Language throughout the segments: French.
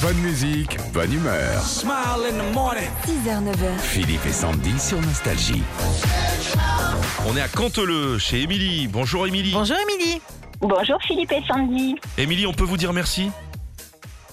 Bonne musique, bonne humeur. 6h, 9h, Philippe et Sandy sur Nostalgie. On est à Canteleu, chez Émilie. Bonjour Émilie. Bonjour Émilie. Bonjour Philippe et Sandy. Émilie, on peut vous dire merci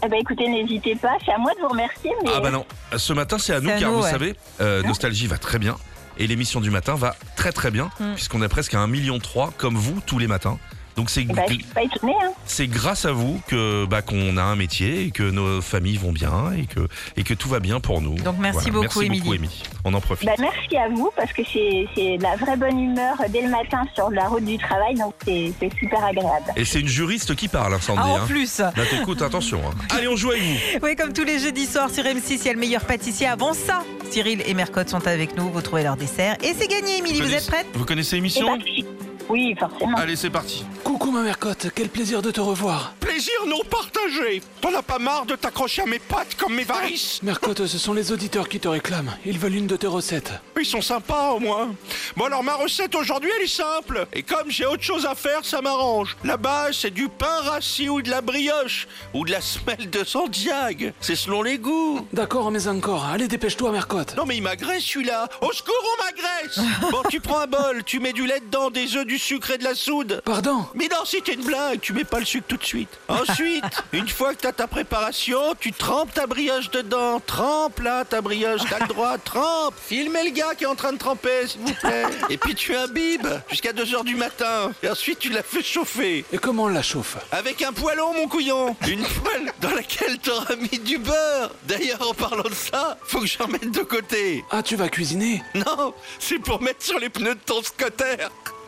Eh ben écoutez, n'hésitez pas, c'est à moi de vous remercier, mais Ah bah non, ce matin c'est à nous à car nous, vous ouais. savez, euh, Nostalgie va très bien et l'émission du matin va très très bien Hmm. puisqu'on est presque à 1,3 million comme vous tous les matins. Donc c'est eh ben, je suis pas étonnée. Hein. c'est grâce à vous que bah, qu'on a un métier et que nos familles vont bien et que et que tout va bien pour nous. Donc, merci Voilà, beaucoup, merci beaucoup Émilie. Émilie. On en profite. Bah, merci à vous parce que c'est c'est de la vraie bonne humeur dès le matin sur la route du travail, donc c'est c'est super agréable. Et c'est une juriste qui parle, hein, Sandy. Ah, hein. en plus Là, t'écoutes, attention. hein. Allez, on joue avec vous. Oui, comme tous les jeudis soirs sur M6, il y a le meilleur pâtissier. Avant ça, Cyril et Mercotte sont avec nous. Vous trouvez leur dessert. Et c'est gagné, Émilie. Vous Connaissez- êtes prête Vous connaissez Eh l'émission ben, si- oui, forcément. Allez, c'est parti. Coucou ma mère Cotte, quel plaisir de te revoir. Plaisir non partagé T'en as pas marre de t'accrocher à mes pattes comme mes varices Mère Cotte, ce sont les auditeurs qui te réclament. Ils veulent une de tes recettes. Ils sont sympas au moins Bon alors ma recette aujourd'hui elle est simple Et comme j'ai autre chose à faire ça m'arrange La base c'est du pain rassis ou de la brioche Ou de la semelle de Santiago C'est selon les goûts D'accord, mais encore. Allez, dépêche-toi, mère Cotte. Non mais il m'agresse celui-là Au secours on m'agresse Oh, Bon tu prends un bol, tu mets du lait dedans, des œufs, du sucre et de la soude Pardon Mais non, c'était une blague, tu mets pas le sucre tout de suite. Ensuite, une fois que t'as ta préparation, tu trempes ta brioche dedans. Trempe là, ta brioche, t'as le droit, trempe. Filmez le gars qui est en train de tremper, s'il vous plaît. Et puis tu imbibes jusqu'à 2h du matin. Et ensuite, tu la fais chauffer. Et comment on la chauffe Avec un poêlon, mon couillon Une poêle dans laquelle t'auras mis du beurre D'ailleurs, en parlant de ça, faut que j'en mette de côté. Ah, tu vas cuisiner Non, c'est pour mettre sur les pneus de ton scotter.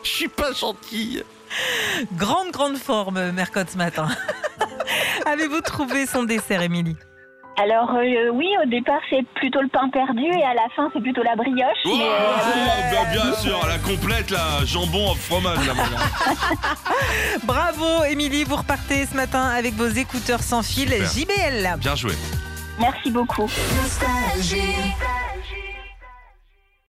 Je suis pas gentil. Grande, grande forme, Mercotte, ce matin. Avez-vous trouvé son dessert, Émilie Alors euh, oui, au départ c'est plutôt le pain perdu et à la fin c'est plutôt la brioche. Oh, mais, euh, bah, bien sûr, la complète, la jambon en fromage, là, maintenant. Bravo, Émilie. Vous repartez ce matin avec vos écouteurs sans fil Super. JBL. Bien joué. merci beaucoup. Nostalgie.